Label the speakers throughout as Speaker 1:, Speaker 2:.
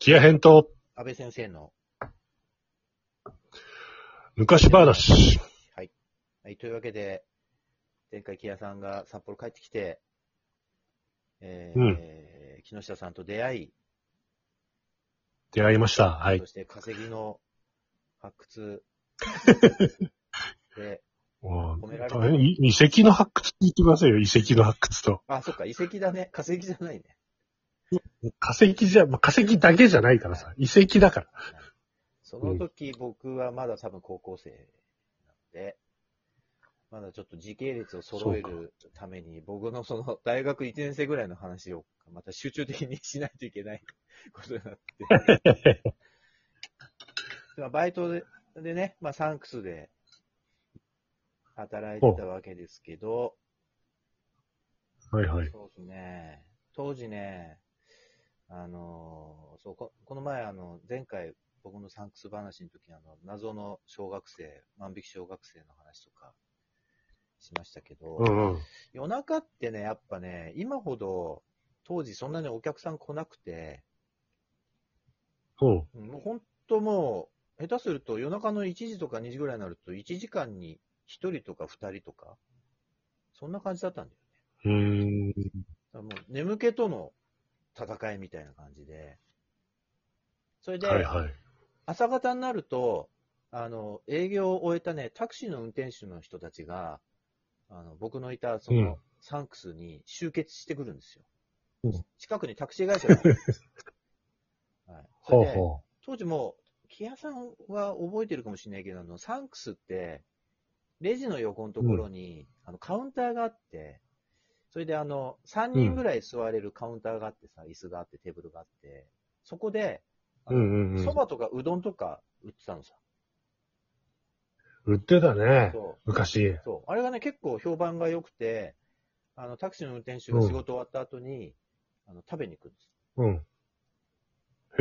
Speaker 1: キア編と
Speaker 2: 安倍先生の。
Speaker 1: 昔話。
Speaker 2: はい。はい、というわけで、前回、木屋さんが札幌帰ってきて、えー
Speaker 1: うん
Speaker 2: 木下さんと出会い、
Speaker 1: 出会いました。はい
Speaker 2: そ。して稼ぎの発 掘で、
Speaker 1: も
Speaker 2: 褒
Speaker 1: う
Speaker 2: められた
Speaker 1: 大変い遺跡の発掘って言ってくださいよ。遺跡の発掘と。
Speaker 2: あ、そっか、遺跡だね。稼ぎじゃないね。
Speaker 1: 化石じゃ、まあ化石だけじゃないからさ。遺跡だから。
Speaker 2: その時、僕はまだ多分高校生なんで、まだちょっと時系列を揃えるために、僕のその大学1年生ぐらいの話をまた集中的にしないといけないことになって。まあバイトででね、まあサンクスで働いてたわけですけど、
Speaker 1: はいはい。
Speaker 2: そうですね。当時ね、あのーそうこ、この前、あの、前回、僕のサンクス話の時にあの、謎の小学生、万引き小学生の話とか、しましたけど、
Speaker 1: うんうん。
Speaker 2: 夜中ってね、やっぱね、今ほど、当時そんなにお客さん来なくて、
Speaker 1: そう。
Speaker 2: うんもう本当もう、下手すると夜中の1時とか2時ぐらいになると、1時間に1人とか2人とか、そんな感じだったんだよね。
Speaker 1: うーん。
Speaker 2: だからもう眠気との戦いみたいな感じで、それで
Speaker 1: はいはい。
Speaker 2: 朝方になると、あの営業を終えたね、タクシーの運転手の人たちが、あの僕のいたそ
Speaker 1: うん
Speaker 2: のサンクスに集結してくるんですよ。
Speaker 1: うん
Speaker 2: 近くにタクシー会社があるんです よ。はい、そ
Speaker 1: ほう
Speaker 2: れで
Speaker 1: ほ
Speaker 2: 当時もう、木屋さんは覚えてるかもしれないけど、あのサンクスって、レジの横のところに、あのカウンターがあって、それであの3人ぐらい座れるカウンターがあってさ、椅子があって、テーブルがあって、そこで、
Speaker 1: う。うんうんう
Speaker 2: そ
Speaker 1: ん。
Speaker 2: ばとかうどんとか売ってたのさ。
Speaker 1: 売ってたね。
Speaker 2: そう
Speaker 1: 昔。
Speaker 2: そう。あれがね、結構評判が良くて、あのタクシーの運転手が仕事終わった後に、あの食べに行くんです。
Speaker 1: うん。へ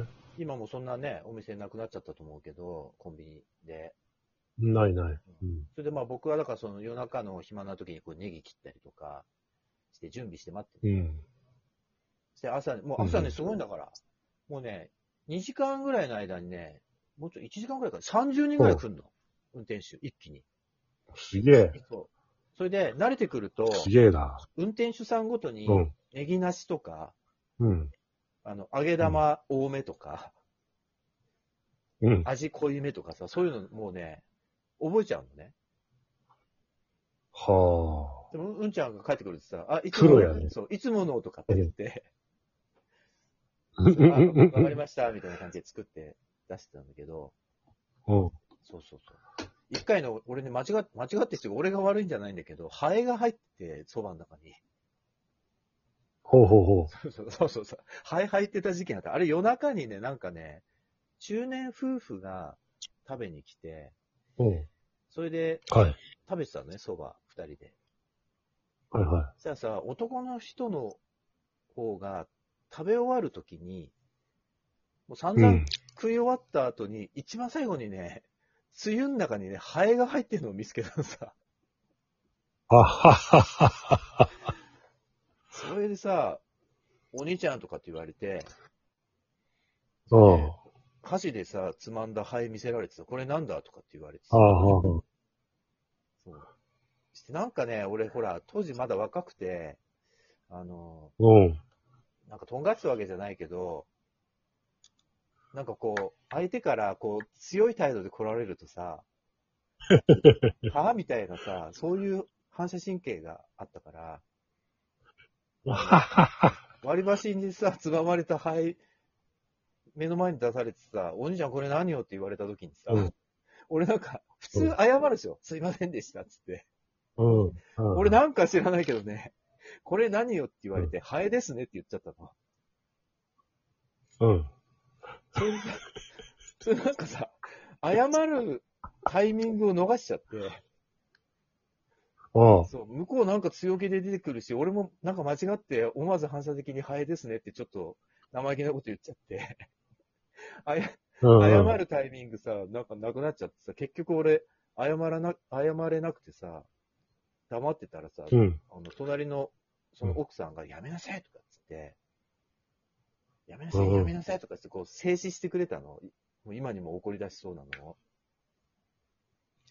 Speaker 1: ー。
Speaker 2: 今もうそんなね、お店なくなっちゃったと思うけど、コンビニで。
Speaker 1: ないない。うん。
Speaker 2: それでまあ僕はだからその夜中の暇な時にこうネギ切ったりとかして準備して待ってて、
Speaker 1: うん。
Speaker 2: そして朝、もう朝
Speaker 1: うんう
Speaker 2: ね、
Speaker 1: ん
Speaker 2: すごいんだから、もうね、2時間ぐらいの間にね、もうちょい1時間ぐらいかな、30人ぐらい来るの。運転手、一気に。
Speaker 1: すげえ。
Speaker 2: そう。それで慣れてくると、
Speaker 1: すげえな。
Speaker 2: 運転手さんごとに
Speaker 1: う、ん。
Speaker 2: ネギなしとか、
Speaker 1: うん。
Speaker 2: あの、揚げ玉多めとか、
Speaker 1: うん。
Speaker 2: 味濃いめとかさ、そういうのもうね、覚えちゃうのね。
Speaker 1: はあ。
Speaker 2: でも、うんちゃんが帰ってくるってさ、あ、いつ
Speaker 1: プ
Speaker 2: も
Speaker 1: ロや
Speaker 2: の、
Speaker 1: ね
Speaker 2: そう、いつものとかって言って、
Speaker 1: うん
Speaker 2: あ
Speaker 1: うん
Speaker 2: わ
Speaker 1: うんう
Speaker 2: かり
Speaker 1: ん
Speaker 2: ました、みたいな感じで作って出してたんだけど、
Speaker 1: うん。
Speaker 2: そうそうそう。一回の、俺ね、間違っ、間違ってして、俺が悪いんじゃないんだけど、ハエが入ってて、そばの中に。
Speaker 1: ほうほうほう。
Speaker 2: そうそうそうそうそう。ハエ入ってた事件あった。あれ夜中にね、なんかね、中年夫婦が食べに来て、
Speaker 1: うん。
Speaker 2: それで
Speaker 1: はい。
Speaker 2: 食べてたのね、そば、二人で。
Speaker 1: はいは
Speaker 2: そしたらさ、男の人の方が食べ終わるときに、もう散
Speaker 1: い。う
Speaker 2: 々
Speaker 1: ん。
Speaker 2: 食い終わった後に、一番最後にね、梅雨の中にね、ハエが入ってるのを見つけたのさ。
Speaker 1: あはははは。
Speaker 2: それでさ、お兄ちゃんとかって言われて、
Speaker 1: うん。
Speaker 2: 箸でさ、つまんだハエ見せられてさ、これなんだとかって言われて
Speaker 1: あ
Speaker 2: さ。
Speaker 1: あ、は
Speaker 2: そうしてなんかね、俺ほら、当時まだ若くて、あの、
Speaker 1: あ。うん。
Speaker 2: なんかとんがってたわけじゃないけど、なんかこう、相手からこう、強い態度で来られる とさ、はぁみたいなさ、そういう反射神経があったから、
Speaker 1: ははは。
Speaker 2: 割り箸にさ、つばまれた灰、目の前に出されてさ、お兄ちゃんこれ何よって言われた時にさ、
Speaker 1: うん
Speaker 2: 俺なんか、普通謝るでしょ、すいませんでしたっつって。
Speaker 1: うん。うん
Speaker 2: 俺なんか知らないけどね、これ何よって言われて、ハエですねって言っちゃったの。
Speaker 1: うん。
Speaker 2: それで、それなんかさ、謝るタイミングを逃しちゃって、
Speaker 1: うん。
Speaker 2: そう、向こうなんか強気で出てくるし、俺もなんか間違って思わず反射的にハエですねってちょっと生意気なこと言っちゃって、あや謝
Speaker 1: うん。
Speaker 2: るタイミングさ、なんかなくなっちゃってさ、結局俺、謝らな、謝れなくてさ、黙ってたらさ、
Speaker 1: うん。
Speaker 2: あの、隣の、その奥さんが、やめなさいとかっつって、やめなさい、
Speaker 1: うん
Speaker 2: やめなさいとかして、こう、制止してくれたの。もう今にも怒り出しそうなのを。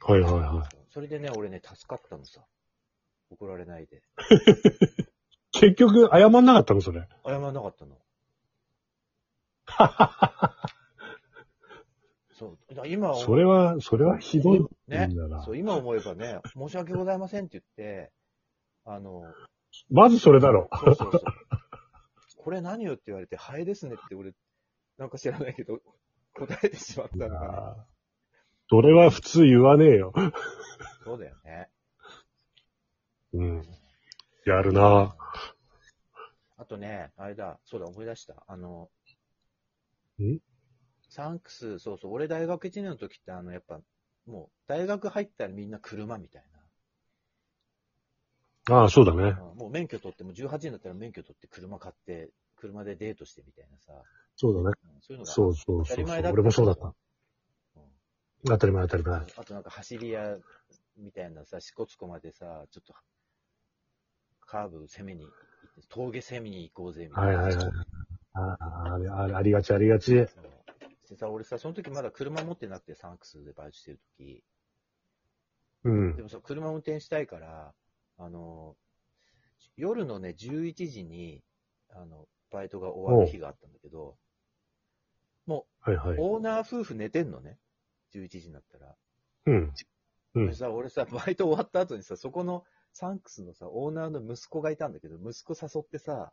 Speaker 1: はいはいは
Speaker 2: それでね、俺ね、助かったのさ。怒られないで。
Speaker 1: い。結局、謝んなかったの、それ。
Speaker 2: 謝らなかっ たの。そう。だから今思う
Speaker 1: それは、それはひどいんだ
Speaker 2: ね
Speaker 1: な。
Speaker 2: そう、今思えばね、申し訳ございませんって言って、あの、
Speaker 1: まずそれだろ。
Speaker 2: そうそうそう。これ何よって言われて、ハエですねって俺、なんか知らないけど、答えてしまったのがね、
Speaker 1: ああそれは普通言わねえよ。
Speaker 2: そうだよね。
Speaker 1: うん。やるな。
Speaker 2: あとね、あれだ、そうだ、思い出した。あの、
Speaker 1: ん
Speaker 2: サンクス、そうそう、俺大学1年の時って、あの、やっぱ、もう、大学入ったらみんな車みたい
Speaker 1: ああ、そうだね
Speaker 2: な。。もう免許取って、もう18になったら免許取って車買って、車でデートしてみたいなさ、
Speaker 1: そうだね。
Speaker 2: うんそういうのが、
Speaker 1: そうそう
Speaker 2: 当た
Speaker 1: そ
Speaker 2: り
Speaker 1: う
Speaker 2: 前だった
Speaker 1: 俺もそうだった。
Speaker 2: うん
Speaker 1: 当たり前当たり前。
Speaker 2: あとなんか走り屋みたいなさ、しこつこまでさ、ちょっと、カーブ攻めに行って、峠攻めに行こうぜ、みたい
Speaker 1: はい
Speaker 2: な。
Speaker 1: はいはい。あああれ、あれありがちありがち。
Speaker 2: そうでさ、俺さ、その時まだ車持ってなくて、サンクスでバイトしてる時。
Speaker 1: う
Speaker 2: で
Speaker 1: ん。
Speaker 2: もさ、車運転したいから、あの、夜のね、11時に、あの、バイトが終わる日があったんだけど、
Speaker 1: はいはい。
Speaker 2: オーナー夫婦寝てんのね。11時になったら。
Speaker 1: うん。うん
Speaker 2: でさ、俺さ、バイト終わった後にさ、そこのサンクスのさ、オーナーの息子がいたんだけど、息子誘ってさ、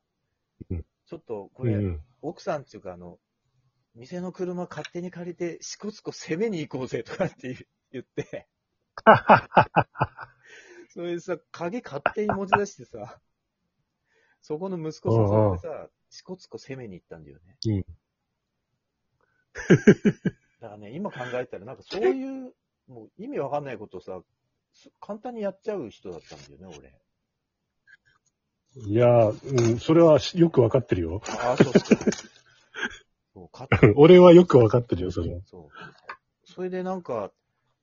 Speaker 1: うん
Speaker 2: ちょっとこ
Speaker 1: う
Speaker 2: れ、
Speaker 1: ん。
Speaker 2: 奥さんっていうかあの、店の車勝手に借りて、しこつこ攻めに行こうぜとかって言う言って、それでさ、鍵勝手に持ち出してさ、そこの息子誘ってさ、しこつこ攻めに行ったんだよね。
Speaker 1: うん
Speaker 2: だからね、今考えたら、なんかそういう、もう意味わかんないことをさ、す簡単にやっちゃう人だったんだよね、俺。
Speaker 1: いやー、うん、それはよくわかってるよ。
Speaker 2: ああ、そうっすか。そう、勝手
Speaker 1: 俺はよくわかってるよ、それは。
Speaker 2: そう。それでなんか、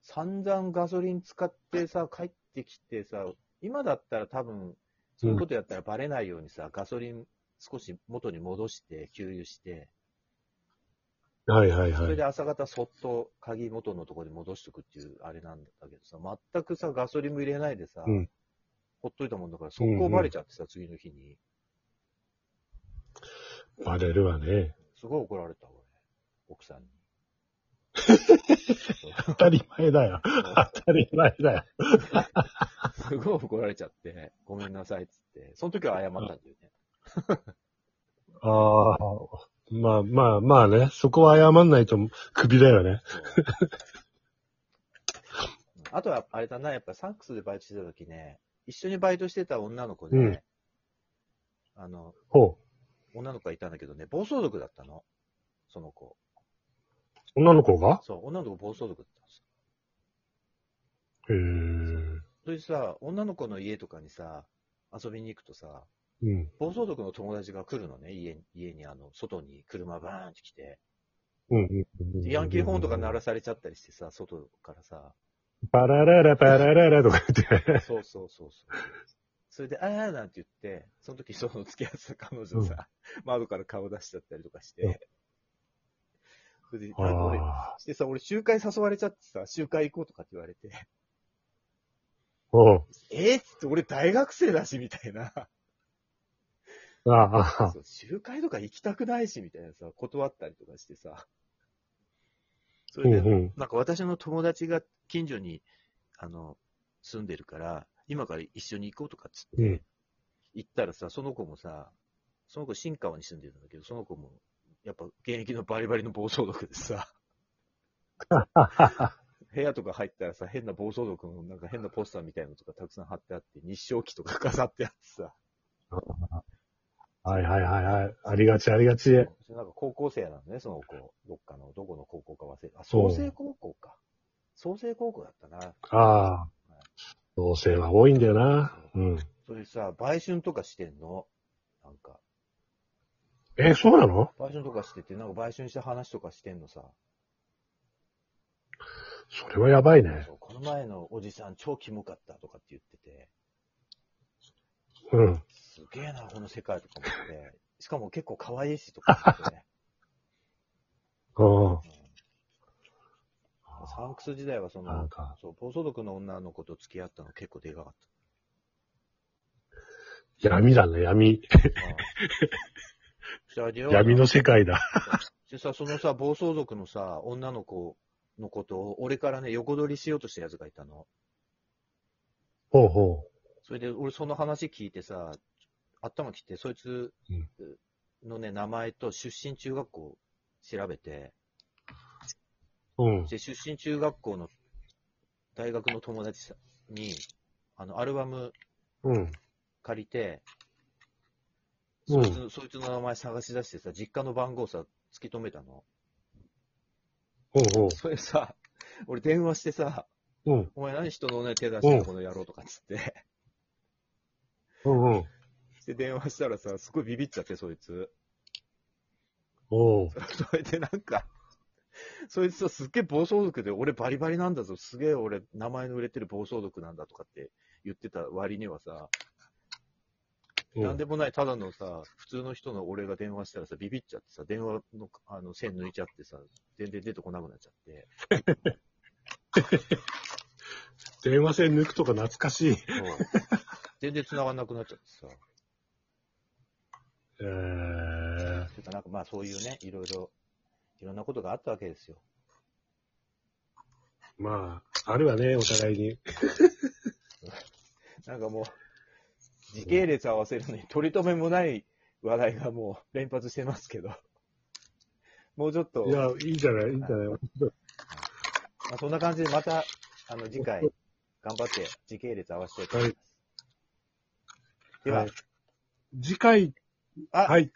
Speaker 2: 散々ガソリン使ってさ、帰ってきてさ、今だったら多分、そういうことやったらバレないようにさ、ガソリン少し元に戻して、給油して、
Speaker 1: はいはい
Speaker 2: そ
Speaker 1: は
Speaker 2: れ
Speaker 1: い
Speaker 2: で。朝方そっと鍵元のところに戻しておくっていうあれなんだけどさ、全くさ、ガソリンも入れないでさ、
Speaker 1: うん
Speaker 2: ほっといたもんだから、速攻バレちゃってさ、次の日に。
Speaker 1: バレるわね。
Speaker 2: すごい怒られた、俺。奥さんに。
Speaker 1: 当たり前だよ。当たり前だよ。
Speaker 2: すごい怒られちゃって、ごめんなさいっつって、その時は謝ったんだよね。
Speaker 1: ああ、まあまあまあね、そこは謝んないとクビだよね。
Speaker 2: そうあとは、あれだな、やっぱサンクスでバイトしてた時ね、一緒にバイトしてた女の子でね、あの、
Speaker 1: ほ
Speaker 2: 女の子がいたんだけどね、暴走族だったの。その子。
Speaker 1: う。女の子が
Speaker 2: そう、女の子暴走族だったんですよ。
Speaker 1: へえ。うん。
Speaker 2: それでさ、女の子の家とかにさ、遊びに行くとさ、暴走族の友達が来るのね、家に、家にあの、外に車バーンって来て、
Speaker 1: うんうんうん。
Speaker 2: ヤンキーホーンとか鳴らされちゃったりしてさ、外からさ、
Speaker 1: パラララパラララとか言って。
Speaker 2: そうそうそうそう。それで、あーなんて言って、その時その付き合ってた彼女さ、窓から顔出しちゃったりとかして、
Speaker 1: うん
Speaker 2: それで、あ 俺
Speaker 1: ああ。
Speaker 2: してさ、俺集会誘われちゃってさ、集会行こうとかって言われて、
Speaker 1: ほ
Speaker 2: えー、っつって俺大学生だし、みたいな。
Speaker 1: う。あああ
Speaker 2: そう集会とか行きたくないし、みたいなさ、断ったりとかしてさ。そ
Speaker 1: あ。うん
Speaker 2: れ
Speaker 1: う
Speaker 2: で、
Speaker 1: ん。
Speaker 2: なんか私の友達が近所に、あの、住んでるから、今から一緒に行こうとかっつって、
Speaker 1: うん
Speaker 2: 行ったらさ、その子もさ、その子新川に住んでるんだけど、その子も、やっぱ現役のバリバリの暴走族でさ、 部屋とか入ったらさ、変な暴走族のなんか変なポスターみたいのとかたくさん貼ってあって、日照記とか飾ってあってさ、
Speaker 1: はいはいはいはい。ありがちありがち。
Speaker 2: なんか高校生なのね、その子、どっかの、どこの高校か忘れあ、創生高校か。創生高校だったな。
Speaker 1: ああ。同性は多いんだよな。うん。
Speaker 2: それさ、売春とかしてんのなんか、
Speaker 1: え、そうなの
Speaker 2: 売春とかしてて、なんか売春した話とかしてんのさ。
Speaker 1: それはやばいね。
Speaker 2: そうこの前のおじさん超キモかったとかって言ってて、
Speaker 1: うん。
Speaker 2: すげえな、この世界とか思って、しかも結構可愛いしとか言 ってね、
Speaker 1: うん。
Speaker 2: うんサンクス時代はそ
Speaker 1: な
Speaker 2: の
Speaker 1: ん、か、
Speaker 2: そう、暴走族の女の子と付き合ったの結構でかかっ
Speaker 1: 闇だね、闇。
Speaker 2: た。うん してあげようよ
Speaker 1: 闇の世界だ。
Speaker 2: でさ、そのさ、暴走族のさ、女の子のことを、俺からね、横取りしようとしたやつがいたの。
Speaker 1: ほうほ
Speaker 2: それで、俺その話聞いてさ、頭きて、そいつ
Speaker 1: うん
Speaker 2: のね、名前と出身中学校調べて、
Speaker 1: う。うん。
Speaker 2: で、出身中学校の大学の友達さに、あの、アルバム
Speaker 1: うん。
Speaker 2: 借りて、
Speaker 1: う
Speaker 2: そい
Speaker 1: ん。
Speaker 2: つ、そいつの名前探し出してさ、実家の番号さ、突き止めたの。
Speaker 1: ほうほ
Speaker 2: それさ、俺電話してさ、
Speaker 1: う。うん。
Speaker 2: お前何人の女に手出してん
Speaker 1: うん
Speaker 2: のこの野郎とかっつって。
Speaker 1: うんうん。
Speaker 2: で、電話したらさ、すごいビビっちゃって、そいつ。
Speaker 1: おう。
Speaker 2: それでなんか、そいつさ、すっげえ暴走族で、俺バリバリなんだぞ、すげえ俺、名前の売れてる暴走族なんだとかって言ってた割にはさ、
Speaker 1: うん
Speaker 2: なんでもない、ただのさ、普通の人の俺が電話したらさ、ビビっちゃってさ、電話のあの線抜いちゃってさ、全然出てこなくなっちゃって、
Speaker 1: 電話線抜くとか懐かしい。
Speaker 2: そう全然繋がんなくなっちゃってさ、
Speaker 1: えー、
Speaker 2: てかなんかまあそういうね、いろいろ、いろんなことがあったわけですよ。
Speaker 1: まあ、あるわね、お互いに。
Speaker 2: なんかもう、時系列合わせるのに取り留めもない話題がもう連発してますけど、 もうちょっと、
Speaker 1: い
Speaker 2: ま
Speaker 1: や、いいじゃない、いいじゃない。
Speaker 2: あ、そんな感じでまた、あの、次回、頑張って時系列合わせていと思います。では、
Speaker 1: はい次回、
Speaker 2: あ
Speaker 1: はい。